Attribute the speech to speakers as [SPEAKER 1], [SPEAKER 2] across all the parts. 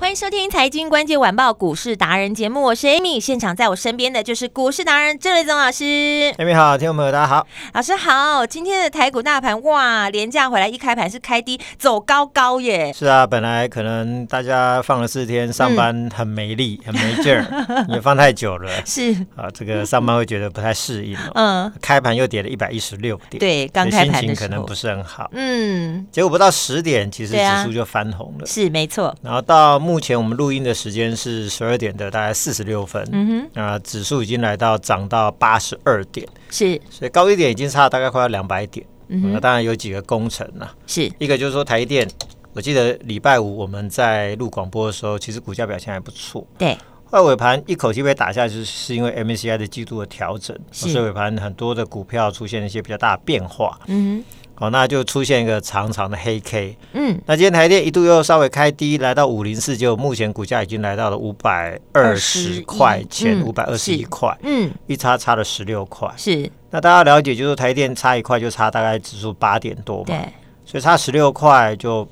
[SPEAKER 1] 欢迎收听《财经关键晚报》股市达人节目，我是 Amy。现场在我身边的就是股市达人郑瑞宗老师。
[SPEAKER 2] 艾米哎好，听众朋友大家好。
[SPEAKER 1] 老师好，今天的台股大盘哇，廉价回来一开盘是开低，走高高耶。
[SPEAKER 2] 是啊，本来可能大家放了四天，上班很没力，
[SPEAKER 1] 嗯
[SPEAKER 2] 很没劲 儿，也放太久了
[SPEAKER 1] 是，
[SPEAKER 2] 啊，这个上班会觉得不太适应哦。
[SPEAKER 1] 嗯，
[SPEAKER 2] 开盘又跌了一百一十六点，
[SPEAKER 1] 对，刚
[SPEAKER 2] 所以
[SPEAKER 1] 开盘
[SPEAKER 2] 心
[SPEAKER 1] 的
[SPEAKER 2] 情
[SPEAKER 1] 时
[SPEAKER 2] 可能
[SPEAKER 1] 候
[SPEAKER 2] 不，是很好。
[SPEAKER 1] 嗯，
[SPEAKER 2] 结果不到十点，其实
[SPEAKER 1] 对啊
[SPEAKER 2] 指数就翻红了。
[SPEAKER 1] 是没错，
[SPEAKER 2] 然后到目前我们录音的时间是十二点的大概四十六分，
[SPEAKER 1] 嗯哼，
[SPEAKER 2] 啊、指数已经来到涨到八十二点，
[SPEAKER 1] 是，
[SPEAKER 2] 所以高一点已经差了大概快要两百点。
[SPEAKER 1] 嗯
[SPEAKER 2] 那
[SPEAKER 1] 哼，
[SPEAKER 2] 当然有几个工程啊啦、
[SPEAKER 1] 是，
[SPEAKER 2] 一个就是说台积电，我记得礼拜五我们在录广播的时候，其实股价表现还不错。
[SPEAKER 1] 对，
[SPEAKER 2] 后来尾盘一口气被打下去，是因为 MSCI 的季度的调整，
[SPEAKER 1] 是
[SPEAKER 2] 所以尾盘很多的股票出现了一些比较大的变化。
[SPEAKER 1] 嗯
[SPEAKER 2] 哦，那就出现一个长长的黑 K。
[SPEAKER 1] 哼，嗯，
[SPEAKER 2] 那今天台积电一度又稍微开低，来到五零四，就目前股价已经来到了五百二十块钱，五百二
[SPEAKER 1] 嗯
[SPEAKER 2] 十一块，
[SPEAKER 1] 嗯，
[SPEAKER 2] 一差差了十六块。
[SPEAKER 1] 是，
[SPEAKER 2] 那大家了解，就是台积电差一块就差大概指数八点多嘛。
[SPEAKER 1] 对，
[SPEAKER 2] 所以差十六块就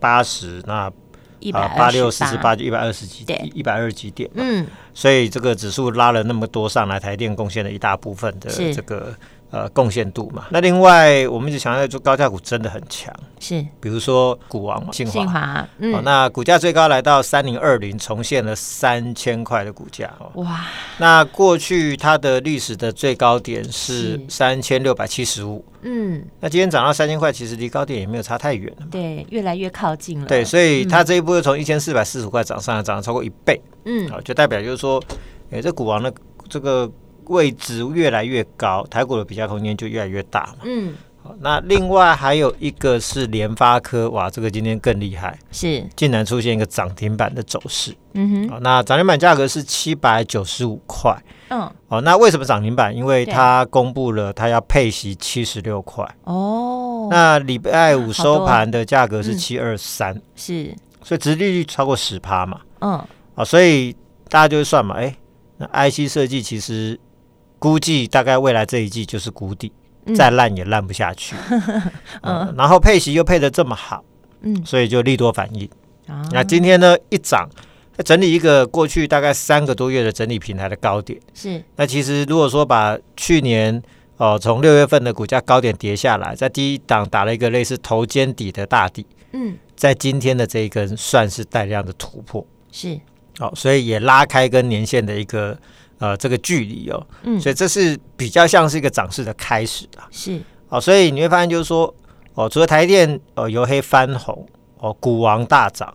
[SPEAKER 2] 八十，那
[SPEAKER 1] 一百
[SPEAKER 2] 啊八
[SPEAKER 1] 二
[SPEAKER 2] 六
[SPEAKER 1] 十
[SPEAKER 2] 四十八，就一百二十几
[SPEAKER 1] 对
[SPEAKER 2] 点，一百二十几点。
[SPEAKER 1] 嗯，
[SPEAKER 2] 所以这个指数拉了那么多上来，台电贡献了一大部分的
[SPEAKER 1] 是
[SPEAKER 2] 这个呃贡献度嘛。那另外我们一直强调，就高价股真的很强，
[SPEAKER 1] 是，
[SPEAKER 2] 比如说股王嘛，信华。
[SPEAKER 1] 信华，
[SPEAKER 2] 哦，
[SPEAKER 1] 嗯，
[SPEAKER 2] 那股价最高来到三零二零，重现了三千块的股价。哦，
[SPEAKER 1] 哇，
[SPEAKER 2] 那过去它的历史的最高点是三千六百七十五，
[SPEAKER 1] 嗯，
[SPEAKER 2] 那今天涨到三千块，其实离高点也没有差太远。啊
[SPEAKER 1] 对，越来越靠近了，
[SPEAKER 2] 对，所以它这一波又从一千四百四十块涨上来，涨了超过一倍，啊
[SPEAKER 1] 嗯，
[SPEAKER 2] 好，就代表就是说，诶，这股王的这个位置越来越高，台股的比价空间就越来越大嘛。
[SPEAKER 1] 嗯，
[SPEAKER 2] 好，那另外还有一个是联发科，哇，这个今天更厉害，
[SPEAKER 1] 是，
[SPEAKER 2] 竟然出现一个涨停板的走势。
[SPEAKER 1] 嗯哼，
[SPEAKER 2] 好，那涨停板价格是七百九十五块。
[SPEAKER 1] 嗯，
[SPEAKER 2] 哦，那为什么涨停板？因为
[SPEAKER 1] 对啊
[SPEAKER 2] 它公布了它要配息七十六块。
[SPEAKER 1] 哦，
[SPEAKER 2] 那礼拜五
[SPEAKER 1] 好多
[SPEAKER 2] 收盘的价格是
[SPEAKER 1] 嗯
[SPEAKER 2] 七二三，
[SPEAKER 1] 是，
[SPEAKER 2] 所以殖利率超过十趴嘛。
[SPEAKER 1] 嗯，
[SPEAKER 2] 啊，所以大家就会算嘛，哎，那 IC 设计其实估计大概未来这一季就是谷底，
[SPEAKER 1] 嗯
[SPEAKER 2] 再烂也烂不下去。嗯，然后配息又配的这么好，
[SPEAKER 1] 嗯，
[SPEAKER 2] 所以就利多反应。
[SPEAKER 1] 啊
[SPEAKER 2] 那今天呢一涨，它整理一个过去大概三个多月的整理平台的高点。
[SPEAKER 1] 是，
[SPEAKER 2] 那其实如果说把去年哦从六月份的股价高点跌下来，在第一档打了一个类似头肩底的大底，
[SPEAKER 1] 嗯，
[SPEAKER 2] 在今天的这一根算是带量的突破。
[SPEAKER 1] 是，
[SPEAKER 2] 哦，所以也拉开跟年线的一个呃这个距离哦，
[SPEAKER 1] 嗯，
[SPEAKER 2] 所以这是比较像是一个涨势的开始啦。
[SPEAKER 1] 是，
[SPEAKER 2] 哦，所以你会发现就是说，哦，除了台电哦由黑翻红，哦股王大涨，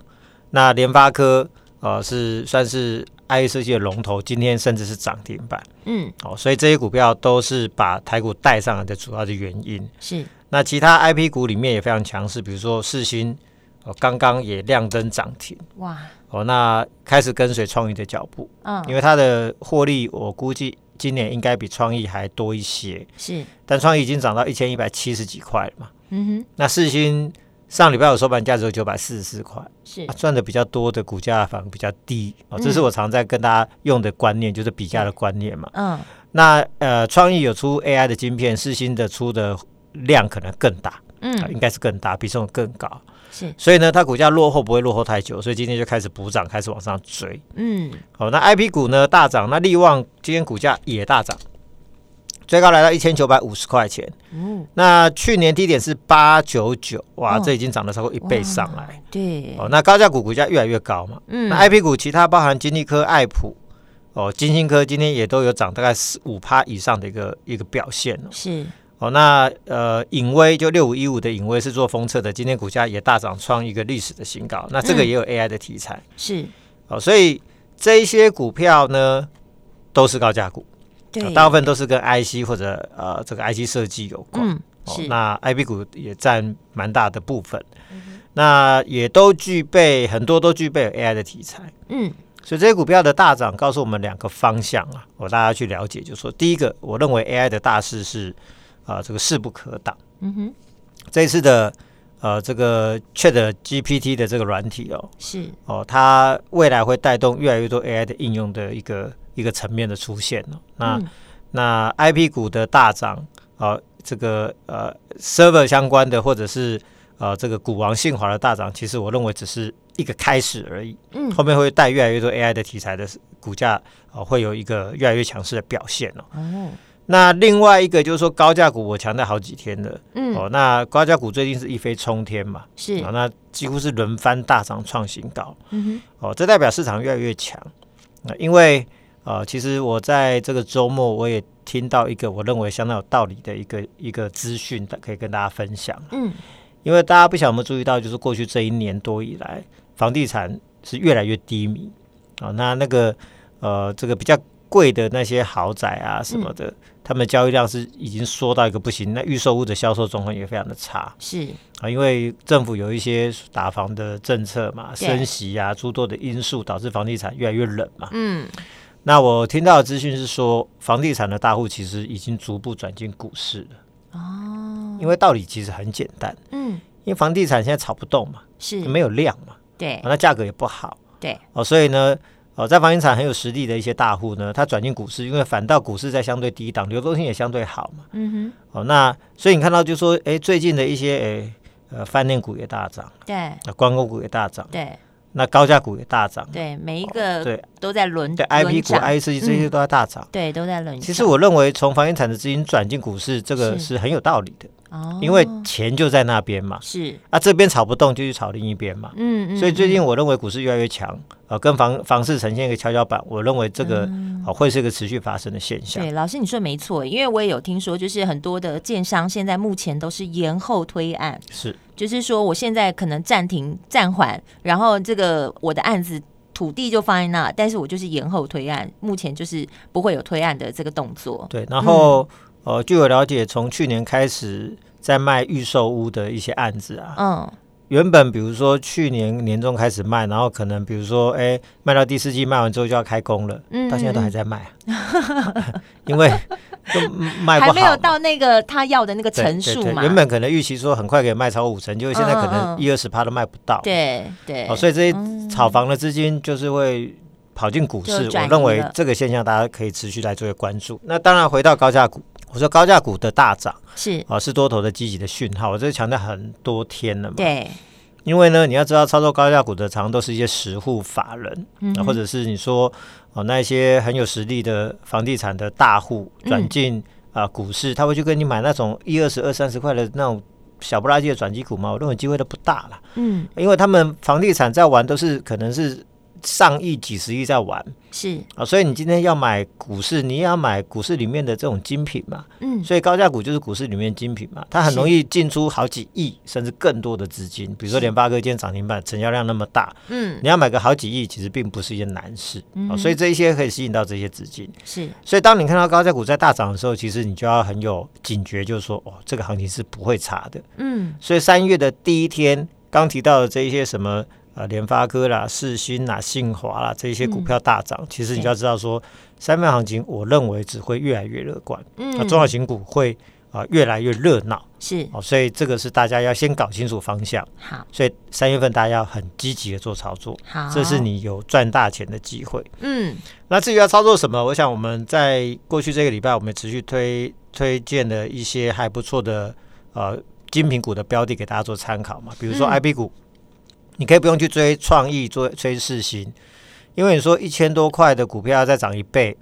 [SPEAKER 2] 那联发科呃是算是 I 设计的龙头，今天甚至是涨停板
[SPEAKER 1] 嗯，
[SPEAKER 2] 哦，所以这些股票都是把台股带上来的主要的原因。
[SPEAKER 1] 是，
[SPEAKER 2] 那其他 IP 股里面也非常强势，比如说世新哦刚刚也亮灯涨停
[SPEAKER 1] 哇，
[SPEAKER 2] 哦，那开始跟随创意的脚步。
[SPEAKER 1] 嗯，
[SPEAKER 2] 因为它的获利，我估计今年应该比创意还多一些。
[SPEAKER 1] 是，
[SPEAKER 2] 但创意已经涨到一千一百七十几块了嘛。
[SPEAKER 1] 嗯
[SPEAKER 2] 那世新上礼拜有收盘价只有九百四十四块，
[SPEAKER 1] 哼，是
[SPEAKER 2] 啊，赚的比较多的股价反而比较低哦，这是
[SPEAKER 1] 嗯
[SPEAKER 2] 我常在跟大家用的观念，就是比价的观念嘛。
[SPEAKER 1] 嗯，
[SPEAKER 2] 那呃，创意有出 AI 的晶片，世新的出的量可能更大，啊
[SPEAKER 1] 嗯，
[SPEAKER 2] 应该是更大，比重更高。
[SPEAKER 1] 是，
[SPEAKER 2] 所以呢，它股价落后不会落后太久，所以今天就开始补涨，开始往上追。
[SPEAKER 1] 嗯，
[SPEAKER 2] 好、那 I P 股呢大涨，那力旺今天股价也大涨，最高来到一千九百五十块钱。
[SPEAKER 1] 哦，
[SPEAKER 2] 那去年低点是八九九，哇，
[SPEAKER 1] 哦
[SPEAKER 2] 这已经涨了超过一倍
[SPEAKER 1] 哇
[SPEAKER 2] 上来。
[SPEAKER 1] 对，
[SPEAKER 2] 哦，那高价股股价越来越高嘛。
[SPEAKER 1] 嗯
[SPEAKER 2] 那 I P 股其他包含金利科、爱普、哦、金星科，今天也都有涨大概四五趴以上的一个一个表现哦。
[SPEAKER 1] 是，
[SPEAKER 2] 哦，那呃，影威就六五一五的影威是做封测的，今天股价也大涨，创一个历史的新高。那这个
[SPEAKER 1] 嗯
[SPEAKER 2] 也有 A I 的题材。
[SPEAKER 1] 是，
[SPEAKER 2] 哦，所以这一些股票呢都是高价股，
[SPEAKER 1] 对
[SPEAKER 2] 呃，大部分都是跟 IC 或者呃这个 IC 设计有关。
[SPEAKER 1] 嗯
[SPEAKER 2] 哦
[SPEAKER 1] 是，嗯
[SPEAKER 2] 那 IB 股也占蛮大的部分，那也都具备很多都具备 AI 的题材，
[SPEAKER 1] 嗯
[SPEAKER 2] 所以这些股票的大涨告诉我们两个方向啊，我大家去了解，就是说第一个，我认为 AI 的大势是啊、这个势不可挡，
[SPEAKER 1] 嗯哼
[SPEAKER 2] 这一次的呃这个 Chat GPT 的这个软体哦
[SPEAKER 1] 是，
[SPEAKER 2] 哦，它未来会带动越来越多 AI 的应用的一个一个层面的出现哦，那、
[SPEAKER 1] 嗯
[SPEAKER 2] 那 IP 股的大涨，啊，这个呃 server 相关的或者是呃这个股王信华的大涨，其实我认为只是一个开始而已，
[SPEAKER 1] 嗯
[SPEAKER 2] 后面会带越来越多 AI 的题材的股价，呃，会有一个越来越强势的表现哦。
[SPEAKER 1] 哦
[SPEAKER 2] 那另外一个就是说高价股，我强调好几天了，
[SPEAKER 1] 嗯
[SPEAKER 2] 哦，那高价股最近是一飞冲天嘛，
[SPEAKER 1] 是
[SPEAKER 2] 啊，那几乎是轮番大涨创新高，
[SPEAKER 1] 嗯
[SPEAKER 2] 哦，这代表市场越来越强。那、因为呃，其实我在这个周末我也听到一个我认为相当有道理的一个一个资讯，可以跟大家分享。
[SPEAKER 1] 哼嗯
[SPEAKER 2] 因为大家不晓得有没有注意到，就是过去这一年多以来，房地产是越来越低迷啊、那那个呃，这个比较贵的那些豪宅啊什么的，他们的交易量是已经缩到一个不行。那预售屋的销售状况也非常的差。
[SPEAKER 1] 是
[SPEAKER 2] 啊，因为政府有一些打房的政策嘛，
[SPEAKER 1] 对
[SPEAKER 2] 升息啊，诸多的因素导致房地产越来越冷嘛。
[SPEAKER 1] 嗯
[SPEAKER 2] 那我听到的资讯是说，房地产的大户其实已经逐步转进股市了。
[SPEAKER 1] 哦
[SPEAKER 2] 因为道理其实很简单，
[SPEAKER 1] 嗯
[SPEAKER 2] 因为房地产现在炒不动嘛，
[SPEAKER 1] 是
[SPEAKER 2] 没有量嘛，
[SPEAKER 1] 嗯对
[SPEAKER 2] 啊那价格也不好
[SPEAKER 1] 对
[SPEAKER 2] 哦，所以呢。哦，在房地产很有实力的一些大户呢，他转进股市，因为反倒股市在相对低档，流动性也相对好嘛。
[SPEAKER 1] 嗯
[SPEAKER 2] 哦，那所以你看到就说，哎，最近的一些诶呃饭店股也大涨，
[SPEAKER 1] 哼对
[SPEAKER 2] 那观光股也大涨，
[SPEAKER 1] 对
[SPEAKER 2] 那高价股也大涨，
[SPEAKER 1] 对每一个
[SPEAKER 2] 对
[SPEAKER 1] 都在轮
[SPEAKER 2] 对
[SPEAKER 1] 呃轮
[SPEAKER 2] IP 股、
[SPEAKER 1] 涨
[SPEAKER 2] I 设计这些
[SPEAKER 1] 嗯
[SPEAKER 2] 都在大涨。
[SPEAKER 1] 对都在轮涨，
[SPEAKER 2] 其实我认为从房地产的资金转进股市，这个
[SPEAKER 1] 是
[SPEAKER 2] 是很有道理的，
[SPEAKER 1] 哦
[SPEAKER 2] 因为钱就在那边嘛，
[SPEAKER 1] 是
[SPEAKER 2] 啊这边炒不动就去炒另一边嘛。
[SPEAKER 1] 嗯嗯
[SPEAKER 2] 所以最
[SPEAKER 1] 嗯
[SPEAKER 2] 近我认为股市越来越强，呃，跟房房市呈现一个跷跷板，我认为这个呃会是一个持续发生的现象
[SPEAKER 1] 嗯对，。老师你说没错，因为我也有听说，就是很多的建商现在目前都是延后推案，
[SPEAKER 2] 是，
[SPEAKER 1] 就是说我现在可能暂停暂缓，然后这个我的案子土地就放在那，但是我就是延后推案，目前就是不会有推案的这个动作。
[SPEAKER 2] 对。然后
[SPEAKER 1] 嗯
[SPEAKER 2] 呃，据我了解，从去年开始在卖预售屋的一些案子啊，
[SPEAKER 1] 嗯，
[SPEAKER 2] 原本比如说去年年中开始卖，然后可能比如说哎、卖到第四季卖完之后就要开工了，
[SPEAKER 1] 嗯
[SPEAKER 2] 到现在都还在卖、啊， 因为都卖不
[SPEAKER 1] 还
[SPEAKER 2] 好嘛，
[SPEAKER 1] 没有到那个他要的那个
[SPEAKER 2] 对
[SPEAKER 1] 层数
[SPEAKER 2] 对对
[SPEAKER 1] 嘛。
[SPEAKER 2] 原本可能预期说很快可以卖超五成，就是现在可
[SPEAKER 1] 嗯嗯
[SPEAKER 2] 能
[SPEAKER 1] 嗯
[SPEAKER 2] 一二十趴都卖不到。
[SPEAKER 1] 对对，
[SPEAKER 2] 哦，所以这
[SPEAKER 1] 嗯
[SPEAKER 2] 些炒房的资金就是会。跑进股市
[SPEAKER 1] 就，转移
[SPEAKER 2] 我认为
[SPEAKER 1] 了
[SPEAKER 2] 这个现象大家可以持续来做一个关注。那当然，回到高价股，我说高价股的大涨
[SPEAKER 1] 是
[SPEAKER 2] 啊、是多头的积极的讯号，我这强调很多天了嘛。
[SPEAKER 1] 对，
[SPEAKER 2] 因为呢，你要知道操作高价股的，常常都是一些实户法人，啊或者是你说哦那一些很有实力的房地产的大户转进啊、股市，他会去跟你买那种一二十二三十块的那种小不拉几的转机股嘛，我认为机会都不大了，
[SPEAKER 1] 嗯
[SPEAKER 2] 因为他们房地产在玩都是可能是上亿几十亿在玩
[SPEAKER 1] 嗯是
[SPEAKER 2] 啊，所以你今天要买股市，你也要买股市里面的这种精品嘛，
[SPEAKER 1] 嗯
[SPEAKER 2] 所以高价股就是股市里面精品嘛，它很容易进出好几亿甚至更多的资金。比如说联发科今天涨停板，成交量那么大，
[SPEAKER 1] 嗯
[SPEAKER 2] 你要买个好几亿，其实并不是一件难事、哦所以这一些可以吸引到这些资金。
[SPEAKER 1] 是
[SPEAKER 2] 所以当你看到高价股在大涨的时候，其实你就要很有警觉，就是说哦，这个行情是不会差的。
[SPEAKER 1] 嗯
[SPEAKER 2] 所以三月的第一天，刚提到的这一些什么呃联发科啦、世新啦、信华啦这一些股票大涨，其实你就要知道说，三份行情我认为只会越来越乐观。那
[SPEAKER 1] 嗯
[SPEAKER 2] 中小型股会啊、呃越来越热闹
[SPEAKER 1] 是
[SPEAKER 2] 哦，所以这个是大家要先搞清楚方向，
[SPEAKER 1] 好
[SPEAKER 2] 所以三月份大家要很积极的做操作，
[SPEAKER 1] 好，
[SPEAKER 2] 这是你有赚大钱的机会。
[SPEAKER 1] 嗯
[SPEAKER 2] 那至于要操作什么，我想我们在过去这个礼拜，我们持续推推荐了一些还不错的呃精品股的标的给大家做参考嘛，比如说
[SPEAKER 1] 嗯
[SPEAKER 2] IB 股，你可以不用去追创意，追追世新，因为你说一千多块的股票要再涨一倍，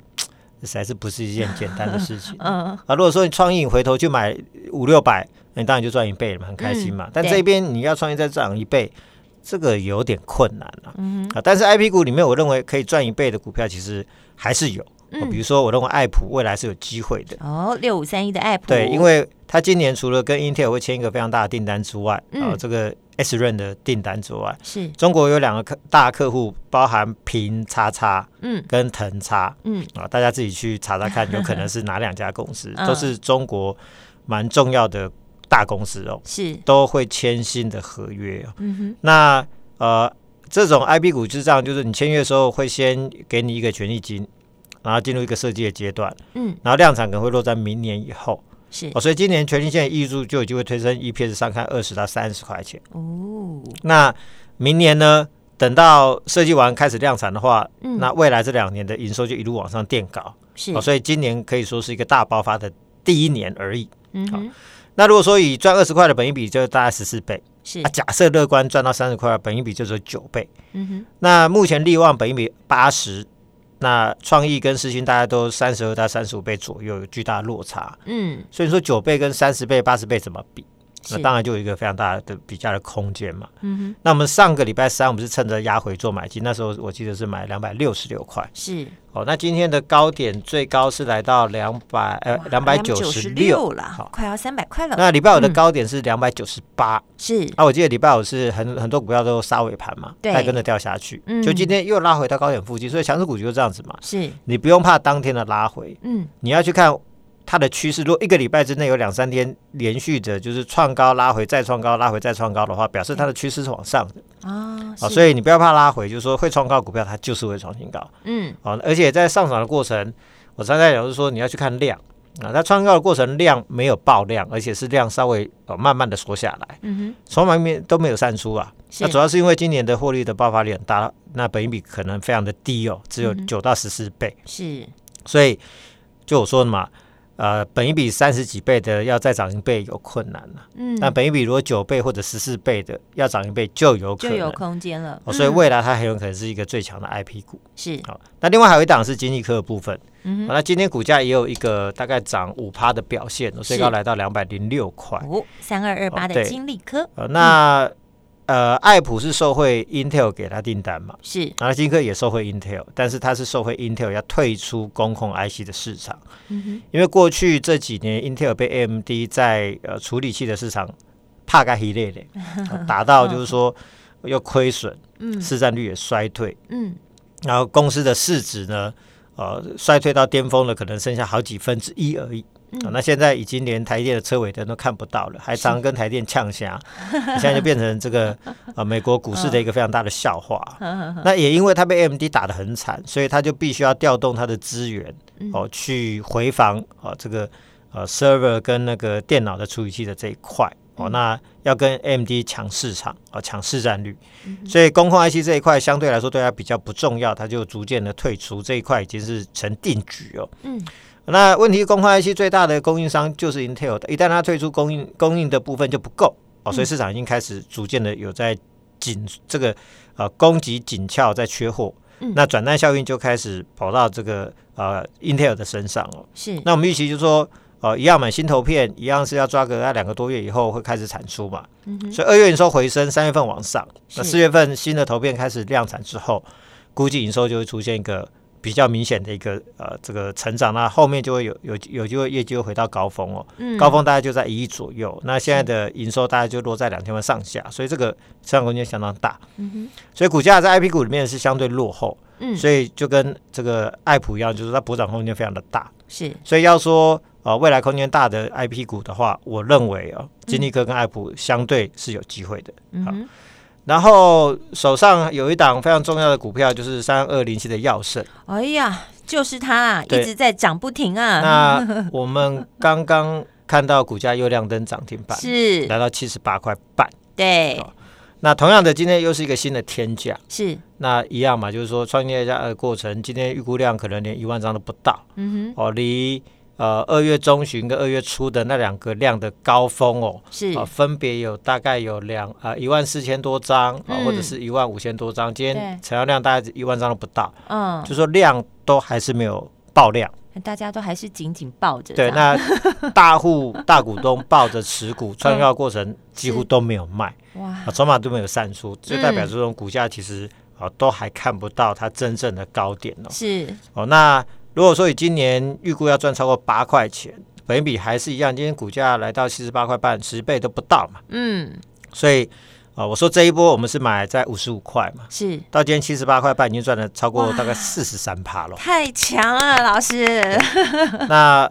[SPEAKER 2] 这实在是不是一件简单的事情。
[SPEAKER 1] 嗯
[SPEAKER 2] 啊，如果说你创意你回头去买五六百，你当然就赚一倍了嘛，很开心嘛。但
[SPEAKER 1] 嗯对
[SPEAKER 2] 这边你要创意再涨一倍，这个有点困难了、啊。
[SPEAKER 1] 嗯
[SPEAKER 2] 但是 I P 股里面，我认为可以赚一倍的股票其实还是有。哦比
[SPEAKER 1] 嗯
[SPEAKER 2] 如说，我认为爱普未来是有机会的。
[SPEAKER 1] 哦六五三一的 app
[SPEAKER 2] 对，因为它今年除了跟 Intel 会签一个非常大的订单之外，啊、
[SPEAKER 1] 嗯
[SPEAKER 2] 这个 S r 的订单之外，
[SPEAKER 1] 是，
[SPEAKER 2] 中国有两个客大客户，包含平叉叉
[SPEAKER 1] 嗯
[SPEAKER 2] 跟腾叉
[SPEAKER 1] 嗯，
[SPEAKER 2] 啊，大家自己去查查看， 有可能是哪两家公司，
[SPEAKER 1] 嗯
[SPEAKER 2] 都是中国蛮重要的大公司哦，
[SPEAKER 1] 是，
[SPEAKER 2] 都会签新的合约哦。
[SPEAKER 1] 嗯哼，
[SPEAKER 2] 那呃，这种 IB 股智障就是你签约的时候会先给你一个权利金，然后进入一个设计的阶段，
[SPEAKER 1] 嗯，
[SPEAKER 2] 然后量产可能会落在明年以后
[SPEAKER 1] 是，
[SPEAKER 2] 哦，所以今年全新线的溢出就有机会推升 EPS 上看二十到三十块钱。
[SPEAKER 1] 哦，
[SPEAKER 2] 那明年呢，等到设计完开始量产的话，
[SPEAKER 1] 嗯
[SPEAKER 2] 那未来这两年的营收就一路往上垫高
[SPEAKER 1] 是
[SPEAKER 2] 哦，，所以今年可以说是一个大爆发的第一年而已。
[SPEAKER 1] 嗯哼，
[SPEAKER 2] 那如果说以赚二十块的本益比，就是大概十四倍。
[SPEAKER 1] 是
[SPEAKER 2] 啊，，假设乐观赚到三十块，本益比就只有九倍。
[SPEAKER 1] 嗯哼，
[SPEAKER 2] 那目前利旺本益比八十，那创意跟世新大概都三十二到三十五倍左右，有巨大的落差。
[SPEAKER 1] 嗯，
[SPEAKER 2] 所以说九倍跟三十倍、八十倍怎么比？那
[SPEAKER 1] 是
[SPEAKER 2] 当然就有一个非常大的比较的空间嘛。
[SPEAKER 1] 嗯哼，
[SPEAKER 2] 那我们上个礼拜三，我们是趁着压回做买进，那时候我记得是买两百六十六块。
[SPEAKER 1] 是
[SPEAKER 2] 哦，那今天的高点最高是来到两百呃两百九十六
[SPEAKER 1] 了，
[SPEAKER 2] 好，
[SPEAKER 1] 快要三百块了，
[SPEAKER 2] 那礼拜五的
[SPEAKER 1] 嗯
[SPEAKER 2] 高点是两百九十八。
[SPEAKER 1] 是，
[SPEAKER 2] 啊，我记得礼拜五是很很多股票都杀尾盘嘛，
[SPEAKER 1] 对
[SPEAKER 2] 再跟着掉下去，
[SPEAKER 1] 嗯
[SPEAKER 2] 就今天又拉回到高点附近，所以强势股就这样子嘛，
[SPEAKER 1] 是，
[SPEAKER 2] 你不用怕当天的拉回，
[SPEAKER 1] 嗯，
[SPEAKER 2] 你要去看它的趋势。如果一个礼拜之内有两三天连续的就是创高拉回再创高拉回再创高的话，表示它的趋势是往上的
[SPEAKER 1] 啊，是
[SPEAKER 2] 啊，所以你不要怕拉回，就是说会创高的股票它就是会创新高
[SPEAKER 1] 嗯，
[SPEAKER 2] 啊，而且在上涨的过程，我常常有是说你要去看量。啊，它创高的过程量没有爆量，而且是量稍微呃慢慢的缩下来，
[SPEAKER 1] 嗯
[SPEAKER 2] 从外面都没有散出啊，
[SPEAKER 1] 哼，是
[SPEAKER 2] 那，主要是因为今年的获利的爆发力很大，那本益比可能非常的低哦，只有
[SPEAKER 1] 嗯哼
[SPEAKER 2] 九到十四倍，
[SPEAKER 1] 是，
[SPEAKER 2] 所以就我说的嘛，呃，本益比三十几倍的要再涨一倍有困难了、
[SPEAKER 1] 嗯，
[SPEAKER 2] 那本益比如果九倍或者十四倍的要涨一倍就有
[SPEAKER 1] 就
[SPEAKER 2] 可能，
[SPEAKER 1] 有空间了，
[SPEAKER 2] 哦、所以
[SPEAKER 1] 嗯
[SPEAKER 2] 未来它很有可能是一个最强的 IP 股。
[SPEAKER 1] 是，
[SPEAKER 2] 好、那另外还有一档是经济科的部分，
[SPEAKER 1] 嗯
[SPEAKER 2] 哦那今天股价也有一个大概涨五趴的表现，哦最
[SPEAKER 1] 是
[SPEAKER 2] 高来到两百零六块。
[SPEAKER 1] 五三二二八
[SPEAKER 2] 哦
[SPEAKER 1] 的
[SPEAKER 2] 对
[SPEAKER 1] 金利科
[SPEAKER 2] 呃，那、呃，爱普是受惠 Intel 给他订单嘛？
[SPEAKER 1] 是，
[SPEAKER 2] 然后金科也受惠 Intel，但是它是受惠 Intel 要退出公控 IC 的市场，
[SPEAKER 1] 嗯哼，
[SPEAKER 2] 因为过去这几年 Intel 被 AMD 在呃处理器的市场怕该 系列的，呃打到就是说又亏损，
[SPEAKER 1] 嗯
[SPEAKER 2] 市占率也衰退，
[SPEAKER 1] 嗯，
[SPEAKER 2] 然后公司的市值呢，呃，衰退到巅峰了，可能剩下好几分之一而已。
[SPEAKER 1] 嗯
[SPEAKER 2] 啊那现在已经连台积电的车尾灯都看不到了，还常跟台电呛虾，现在就变成这个呃美国股市的一个非常大的 笑话。那也因为它被 AMD 打得很惨，所以它就必须要调动它的资源哦、去回防哦、这个呃 server 跟那个电脑的处理器的这一块哦、那要跟 AMD 抢市场哦，抢市占率。所以工控 IC 这一块相对来说对它比较不重要，它就逐渐的退出这一块已经是成定局哦。
[SPEAKER 1] 嗯，
[SPEAKER 2] 那问题工控 IC 最大的供应商就是 Intel，一旦它退出供应供应的部分就不够哦，所以市场已经开始逐渐的有在紧这个呃供给紧俏在缺货，
[SPEAKER 1] 嗯
[SPEAKER 2] 那转单效应就开始跑到这个呃 Intel 的身上哦。
[SPEAKER 1] 是，
[SPEAKER 2] 那我们预期就是说，呃，一样买新投片，一样是要抓个大概两个多月以后会开始产出嘛。
[SPEAKER 1] 嗯哼
[SPEAKER 2] 所以二月营收回升，三月份往上，那
[SPEAKER 1] 是
[SPEAKER 2] 四月份新的投片开始量产之后，估计营收就会出现一个比较明显的一个呃这个成长，那后面就会有有有机会业绩会回到高峰哦，
[SPEAKER 1] 嗯
[SPEAKER 2] 高峰大概就在一亿左右，那现在的营收大概就落在两千万上下，所以这个成长空间相当大，
[SPEAKER 1] 嗯
[SPEAKER 2] 所以股价在 I P 股里面是相对落后，
[SPEAKER 1] 哼，嗯，
[SPEAKER 2] 所以就跟这个爱普一样，就是它补涨空间非常的大。
[SPEAKER 1] 是，
[SPEAKER 2] 所以要说呃未来空间大的 IP 股的话，我认为啊、哦，金利科跟爱普相对是有机会的。
[SPEAKER 1] 嗯
[SPEAKER 2] 好
[SPEAKER 1] 哼，
[SPEAKER 2] 然后手上有一档非常重要的股票，就是三二零七的药盛。
[SPEAKER 1] 哎呀，就是它啊，一
[SPEAKER 2] 对
[SPEAKER 1] 直在涨不停啊，
[SPEAKER 2] 那我们刚刚看到股价又亮灯涨停板，
[SPEAKER 1] 是，
[SPEAKER 2] 来到七十八块半。
[SPEAKER 1] 对，
[SPEAKER 2] 好那同样的，今天又是一个新的天价。
[SPEAKER 1] 是，
[SPEAKER 2] 那一样嘛，就是说创业家的过程，今天预估量可能连一万张都不到
[SPEAKER 1] 嗯
[SPEAKER 2] 哦，离呃二月中旬跟二月初的那两个量的高峰哦，
[SPEAKER 1] 哼，是
[SPEAKER 2] 啊、，分别有大概有两啊一万四千多张啊、或者
[SPEAKER 1] 嗯
[SPEAKER 2] 是一万五千多张，今天
[SPEAKER 1] 对
[SPEAKER 2] 成交量大概一万张都不到，
[SPEAKER 1] 嗯，
[SPEAKER 2] 就说量都还是没有爆量。
[SPEAKER 1] 大家都还是紧紧抱着这
[SPEAKER 2] 对，
[SPEAKER 1] 样，
[SPEAKER 2] 那 大户大股东抱着持股，创业过程几乎
[SPEAKER 1] 是
[SPEAKER 2] 都没有卖，
[SPEAKER 1] 嗯哇
[SPEAKER 2] 啊，，筹码都没有散出，就代表
[SPEAKER 1] 嗯
[SPEAKER 2] 这种股价其实啊都还看不到它真正的高点哦。
[SPEAKER 1] 是，
[SPEAKER 2] 哦，那如果说你今年预估要赚超过八块钱，本益比还是一样，今天股价来到七十八块半，十倍都不到嘛。
[SPEAKER 1] 嗯，
[SPEAKER 2] 所以啊、我说这一波我们是买在五十五块嘛，
[SPEAKER 1] 是
[SPEAKER 2] 到今天七十八块半，已经赚了超过
[SPEAKER 1] 哇。
[SPEAKER 2] 大概四十三趴了
[SPEAKER 1] 太强了，老师。
[SPEAKER 2] 那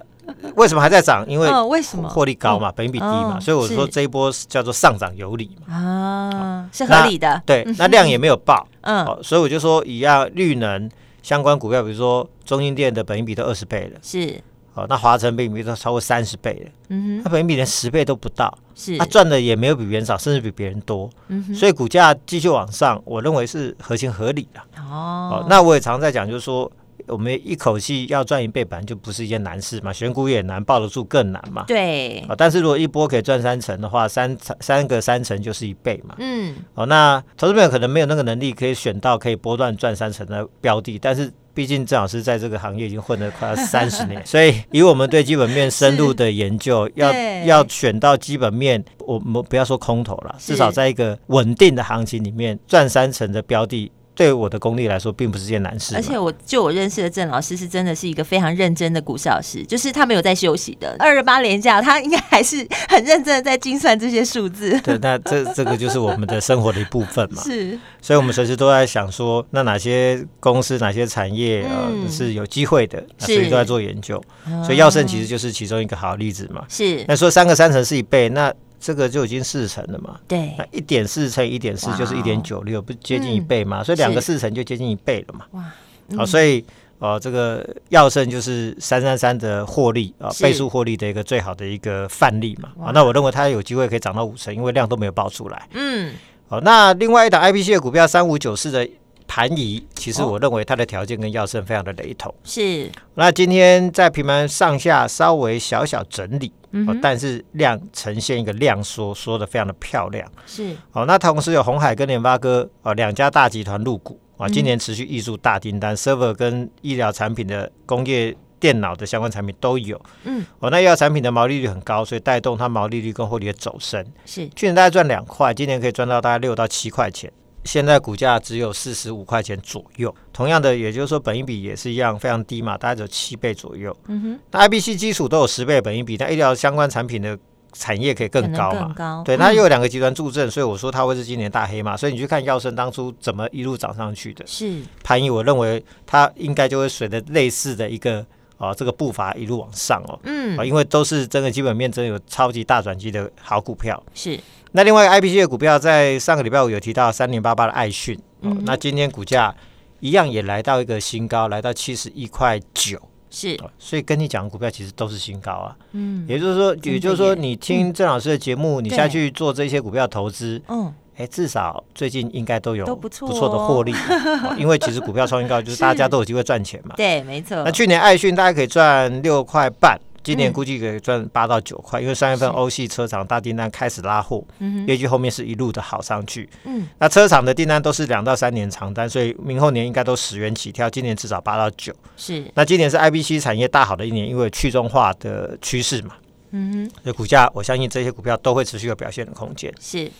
[SPEAKER 2] 为什么还在涨？因为
[SPEAKER 1] 嗯，为什么
[SPEAKER 2] 获利高嘛，本益比低嘛，
[SPEAKER 1] 哦
[SPEAKER 2] 所以我说
[SPEAKER 1] 是
[SPEAKER 2] 这一波是叫做上涨有理嘛。
[SPEAKER 1] 啊？是
[SPEAKER 2] 那
[SPEAKER 1] 合理的。
[SPEAKER 2] 对，那量也没有爆，
[SPEAKER 1] 嗯，
[SPEAKER 2] 哦，所以我就说一样，绿能相关股票，比如说中心店的本益比都二十倍了，
[SPEAKER 1] 是，
[SPEAKER 2] 哦，那华晨本益比都超过三十倍了，
[SPEAKER 1] 嗯
[SPEAKER 2] 它本益比连十倍都不到，
[SPEAKER 1] 哼，是
[SPEAKER 2] 它，赚的也没有比别人少，甚至比别人多，
[SPEAKER 1] 嗯哼，
[SPEAKER 2] 所以股价继续往上，我认为是合情合理的。
[SPEAKER 1] 哦
[SPEAKER 2] 哦，，那我也常在讲，就是说。我们一口气要赚一倍，本来就不是一件难事嘛，选股也难，抱得住更难嘛。
[SPEAKER 1] 对，
[SPEAKER 2] 哦，但是如果一波可以赚三成的话，三三个三成就是一倍嘛。
[SPEAKER 1] 嗯，
[SPEAKER 2] 哦，那投资朋友可能没有那个能力可以选到可以波段赚三成的标的，但是毕竟郑老师在这个行业已经混了快要三十 年，所以以我们对基本面深入的研究，要
[SPEAKER 1] 对
[SPEAKER 2] 要选到基本面，我们不要说空头了，
[SPEAKER 1] 是
[SPEAKER 2] 至少在一个稳定的行情里面赚三成的标的，对我的功力来说并不是啊件难事嘛。
[SPEAKER 1] 而且我就我认识的郑老师是真的是一个非常认真的股市老师，就是他没有在休息的。二十八连假，他应该还是很认真的在精算这些数 字。
[SPEAKER 2] 对，那这这个就是我们的生活的一部分 嘛。
[SPEAKER 1] 是，
[SPEAKER 2] 所以我们随时都在想说，那哪些公司、哪些产业
[SPEAKER 1] 嗯
[SPEAKER 2] 呃是有机会的，那
[SPEAKER 1] 是哦
[SPEAKER 2] 所以都在做研究。所以药圣其实就是其中一个好例子嘛。
[SPEAKER 1] 是
[SPEAKER 2] 那说三个三成是一倍，那这个就已经四成了嘛。
[SPEAKER 1] 对
[SPEAKER 2] 那一点四乘一点四
[SPEAKER 1] 哇哦
[SPEAKER 2] 就是一点九六，不是接近一倍嘛？所以两个四成就接近一倍了嘛。
[SPEAKER 1] 嗯哇，嗯
[SPEAKER 2] 好、所以呃，这个药圣就是三三三的获利啊、
[SPEAKER 1] 是
[SPEAKER 2] 倍数获利的一个最好的一个范例嘛。啊、那我认为它有机会可以涨到五成，因为量都没有爆出来。
[SPEAKER 1] 嗯，
[SPEAKER 2] 好，那另外一档 IPC 的股票三五九四的盘仪，其实我认为它的条件跟药圣非常的雷同。
[SPEAKER 1] 是
[SPEAKER 2] 那今天在平盘上下稍微小小整理，哦，但是量呈现一个量缩，缩的非常的漂亮。
[SPEAKER 1] 是，
[SPEAKER 2] 哦，那同时有红海跟联发科哦两家大集团入股啊、哦今年持续挹注大订单、s e r v e r 跟医疗产品的工业。电脑的相关产品都有，
[SPEAKER 1] 嗯，
[SPEAKER 2] 哦，那医疗产品的毛利率很高，所以带动它毛利率跟获利的走升。
[SPEAKER 1] 是
[SPEAKER 2] 去年大概赚两块，今年可以赚到大概六到七块钱。现在股价只有四十五块钱左右，同样的，也就是说，本一比也是一样非常低嘛，大概只有七倍左右。嗯哼，那 IBC 基础都有十倍的本一比，那医疗相关产品的产业可以更高
[SPEAKER 1] 可能更
[SPEAKER 2] 嘛？
[SPEAKER 1] 高
[SPEAKER 2] 对，
[SPEAKER 1] 嗯
[SPEAKER 2] 它又有两个集团助阵，所以我说它会是今年大黑嘛。所以你去看药生当初怎么一路涨上去的，
[SPEAKER 1] 是，
[SPEAKER 2] 潘毅，我认为它应该就会随着类似的一个啊这个步伐一路往上哦。
[SPEAKER 1] 嗯
[SPEAKER 2] 啊，因为都是真的基本面真的有超级大转机的好股票。
[SPEAKER 1] 是
[SPEAKER 2] 那另外一个 IPC 的股票，在上个礼拜五有提到三零八八的爱讯、
[SPEAKER 1] 嗯
[SPEAKER 2] 哦，那今天股价一样也来到一个新高，来到七十一块九、
[SPEAKER 1] 是
[SPEAKER 2] 哦所以跟你讲的股票其实都是新高啊。
[SPEAKER 1] 嗯
[SPEAKER 2] 也就是说，
[SPEAKER 1] 的
[SPEAKER 2] 也就是说，
[SPEAKER 1] 耶
[SPEAKER 2] 你听郑老师的节目，你
[SPEAKER 1] 嗯对
[SPEAKER 2] 下去做这些股票投资，
[SPEAKER 1] 嗯
[SPEAKER 2] 哎，至少最近应该都有
[SPEAKER 1] 都不错哦
[SPEAKER 2] 的获利、哦因为其实股票创新高，就是大家都有机会赚钱嘛。
[SPEAKER 1] 对，没错
[SPEAKER 2] 啊那，去年爱讯大概可以赚六块半，今年
[SPEAKER 1] 嗯
[SPEAKER 2] 估计可以赚八到九块，因为三月份欧系车厂大订单开始拉货，业绩后面是一路的好上去。
[SPEAKER 1] 嗯，
[SPEAKER 2] 那车厂的订单都是两到三年长单，所以明后年应该都十元起跳，今年至少八到九。
[SPEAKER 1] 是
[SPEAKER 2] 那今年是 IBC 产业大好的一年，因为有去中化的趋势嘛。嗯哼，所以股价我相信这些股票都会持续有表现的空间。
[SPEAKER 1] 是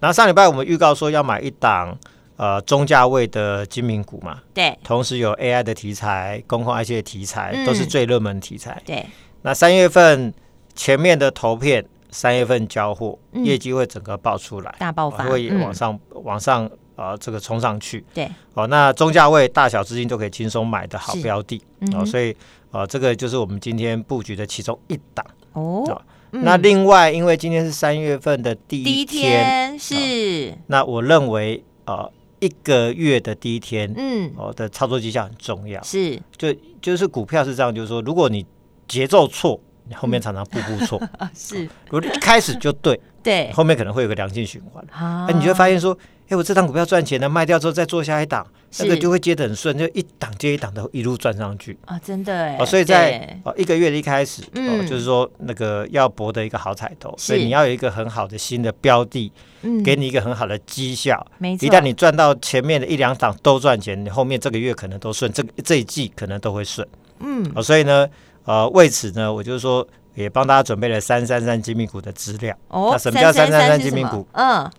[SPEAKER 2] 然后上礼拜我们预告说要买一档呃中价位的精明股嘛，
[SPEAKER 1] 对
[SPEAKER 2] 同时有 AI 的题材、公共 IC 的题材，
[SPEAKER 1] 嗯
[SPEAKER 2] 都是最热门的题材。
[SPEAKER 1] 对
[SPEAKER 2] 那三月份前面的投片，三月份交货，
[SPEAKER 1] 嗯
[SPEAKER 2] 业绩会整个爆出来，哦
[SPEAKER 1] 大爆发，
[SPEAKER 2] 会
[SPEAKER 1] 嗯
[SPEAKER 2] 往上、往上啊、呃这个冲上去。
[SPEAKER 1] 对
[SPEAKER 2] 哦，那中价位大小资金都可以轻松买的好
[SPEAKER 1] 是
[SPEAKER 2] 标的、
[SPEAKER 1] 嗯
[SPEAKER 2] 哦，
[SPEAKER 1] 哼
[SPEAKER 2] 所以呃这个就是我们今天布局的其中一档。啊
[SPEAKER 1] 哦，
[SPEAKER 2] 那另外，因为今天是三月份的第
[SPEAKER 1] 第
[SPEAKER 2] 一啊
[SPEAKER 1] 一天是
[SPEAKER 2] 那我认为呃一个月的第一天。
[SPEAKER 1] 嗯
[SPEAKER 2] 哦的操作绩效很重要，
[SPEAKER 1] 是
[SPEAKER 2] 就就是股票是这样，就是说，如果你节奏错，你后
[SPEAKER 1] 嗯
[SPEAKER 2] 面常常步步错；
[SPEAKER 1] 啊是
[SPEAKER 2] 如果你一开始就对，
[SPEAKER 1] 对
[SPEAKER 2] 后面可能会有个良性循环。哎
[SPEAKER 1] 啊
[SPEAKER 2] 那、你就会发现说，哎、我这档股票赚钱了，卖掉之后再做下一档，那个
[SPEAKER 1] 是
[SPEAKER 2] 就会接得很顺，就一档接一档的一路赚上去。
[SPEAKER 1] 啊真的哎，
[SPEAKER 2] 哦，所以
[SPEAKER 1] 对
[SPEAKER 2] 在哦一个月的一开始，哦，
[SPEAKER 1] 嗯
[SPEAKER 2] 就是说那个要博得一个好彩头，所以
[SPEAKER 1] 是
[SPEAKER 2] 你要有一个很好的新的标的，
[SPEAKER 1] 嗯
[SPEAKER 2] 给你一个很好的绩效。
[SPEAKER 1] 没错，
[SPEAKER 2] 一旦你赚到前面的一两档都赚钱，你后面这个月可能都顺，这个这一季可能都会顺。
[SPEAKER 1] 嗯
[SPEAKER 2] 哦，所以呢，呃，为此呢，我就是说也帮大家准备了三三三精密股的资料。
[SPEAKER 1] 哦，
[SPEAKER 2] 那啊什么叫
[SPEAKER 1] 333
[SPEAKER 2] 333
[SPEAKER 1] 是什
[SPEAKER 2] 金
[SPEAKER 1] 么
[SPEAKER 2] 苹果
[SPEAKER 1] 嗯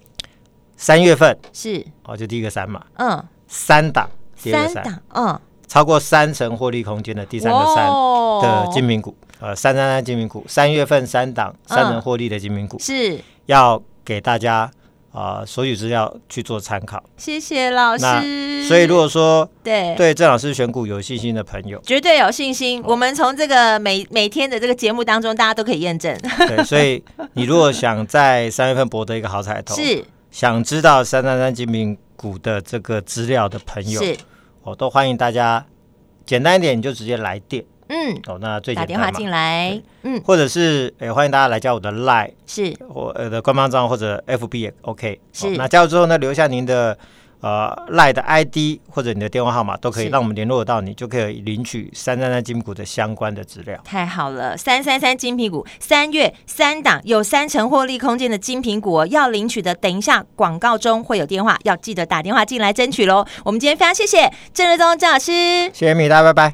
[SPEAKER 2] 三月份
[SPEAKER 1] 是
[SPEAKER 2] 哦，就第一个三嘛，
[SPEAKER 1] 嗯
[SPEAKER 2] 三档，第二个
[SPEAKER 1] 三
[SPEAKER 2] 三，
[SPEAKER 1] 档嗯
[SPEAKER 2] 超过三成获利空间的第三个三
[SPEAKER 1] 哇
[SPEAKER 2] 的精明股，呃，三三三精明股，三月份三档三成
[SPEAKER 1] 嗯
[SPEAKER 2] 获利的精明股，
[SPEAKER 1] 是
[SPEAKER 2] 要给大家啊、所有资料去做参考。
[SPEAKER 1] 谢谢老
[SPEAKER 2] 那
[SPEAKER 1] 师。
[SPEAKER 2] 所以如果说
[SPEAKER 1] 对，
[SPEAKER 2] 对郑老师选股有信心的朋友
[SPEAKER 1] 绝对有信心，我们从这个每每天的这个节目当中，大家都可以验证，
[SPEAKER 2] 对，所以你如果想在三月份博得一个好彩头，
[SPEAKER 1] 是
[SPEAKER 2] 想知道三三三精品股的这个资料的朋友，
[SPEAKER 1] 是，
[SPEAKER 2] 我、都欢迎大家。简单一点，你就直接来电
[SPEAKER 1] 嗯，
[SPEAKER 2] 哦，那最
[SPEAKER 1] 打
[SPEAKER 2] 简
[SPEAKER 1] 电
[SPEAKER 2] 单
[SPEAKER 1] 话
[SPEAKER 2] 嘛。
[SPEAKER 1] 进来，嗯，
[SPEAKER 2] 或者是也、呃欢迎大家来加我的 Line
[SPEAKER 1] 是
[SPEAKER 2] 或呃的官方账号或者 FB 也 OK 哦
[SPEAKER 1] 是
[SPEAKER 2] 那加入之后呢，留下您的呃 Line 的 ID 或者你的电话号码，都可以
[SPEAKER 1] 是
[SPEAKER 2] 让我们联络到你，就可以领取三三三金股的相关的资料。
[SPEAKER 1] 太好了，三三三金苹果，三月三档有三成获利空间的金苹果，要领取的，等一下广告中会有电话，要记得打电话进来争取喽。我们今天非常谢谢郑瑞宗郑老师。
[SPEAKER 2] 谢谢米大，拜拜。